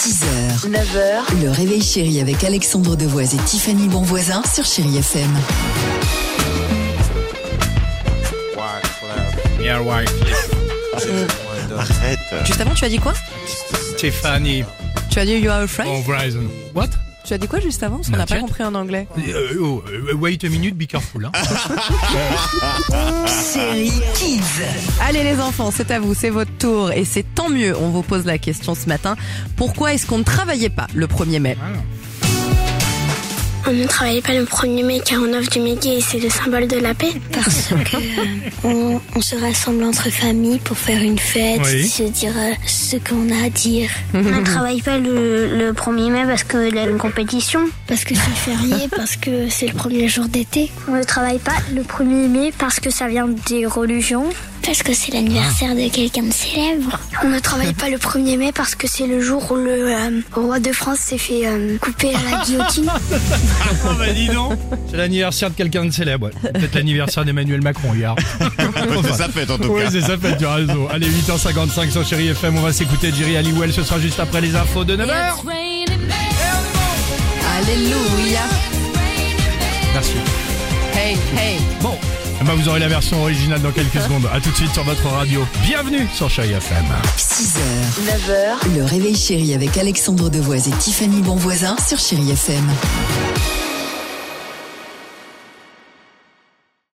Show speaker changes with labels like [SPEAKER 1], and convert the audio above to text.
[SPEAKER 1] 6h, 9h, le réveil chéri avec Alexandre Devoise et Tiffany Bonvoisin sur Chérie FM.
[SPEAKER 2] Yeah, right.
[SPEAKER 3] Juste avant, tu as dit quoi
[SPEAKER 2] Tiffany
[SPEAKER 3] Tu as dit You are a friend
[SPEAKER 2] Horizon. What?
[SPEAKER 3] Tu as dit quoi juste avant Parce qu'on
[SPEAKER 2] Non,
[SPEAKER 3] n'a pas
[SPEAKER 2] tiens.
[SPEAKER 3] compris en anglais.
[SPEAKER 2] Euh, oh, euh, wait a minute, be careful. Hein.
[SPEAKER 1] Chérie Kids.
[SPEAKER 3] Allez les enfants, c'est à vous, c'est votre tour. Et c'est tant mieux, on vous pose la question ce matin. Pourquoi est-ce qu'on ne travaillait pas le 1er mai
[SPEAKER 4] On ne travaillait pas le 1er mai car on offre du midi et c'est le symbole de la paix. Parce que euh, on, se rassemble entre familles pour faire une fête,
[SPEAKER 2] Oui.
[SPEAKER 4] se dire euh, ce qu'on a à dire. On ne travaille pas le, le 1er mai parce qu'il y a une compétition. Parce que c'est férié, parce que c'est le premier jour d'été. On ne travaille pas le 1er mai parce que ça vient des religions. Parce que c'est l'anniversaire de quelqu'un de célèbre. On ne travaille pas le 1er mai parce que c'est le jour où le euh, roi de France s'est fait euh, couper à la guillotine.
[SPEAKER 2] Oh bah dis donc C'est l'anniversaire de quelqu'un de célèbre. ouais. C'est Peut-être l'anniversaire d'Emmanuel Macron hier.
[SPEAKER 5] C'est sa fête en tout
[SPEAKER 2] Oui,
[SPEAKER 5] cas.
[SPEAKER 2] c'est ça, faites du réseau. Allez, 8h55 sur Chéri FM, on va s'écouter Jerry Halliwell, ce sera juste après les infos de 9h.
[SPEAKER 6] It's raining men.
[SPEAKER 3] Alléluia
[SPEAKER 2] Merci.
[SPEAKER 3] Hey, hey
[SPEAKER 2] Bon, eh ben, vous aurez la version originale dans quelques secondes. À tout de suite sur votre radio. Bienvenue sur Chéri FM.
[SPEAKER 1] 6h, 9h, le réveil chéri avec Alexandre Devoise et Tiffany Bonvoisin sur Chérie FM.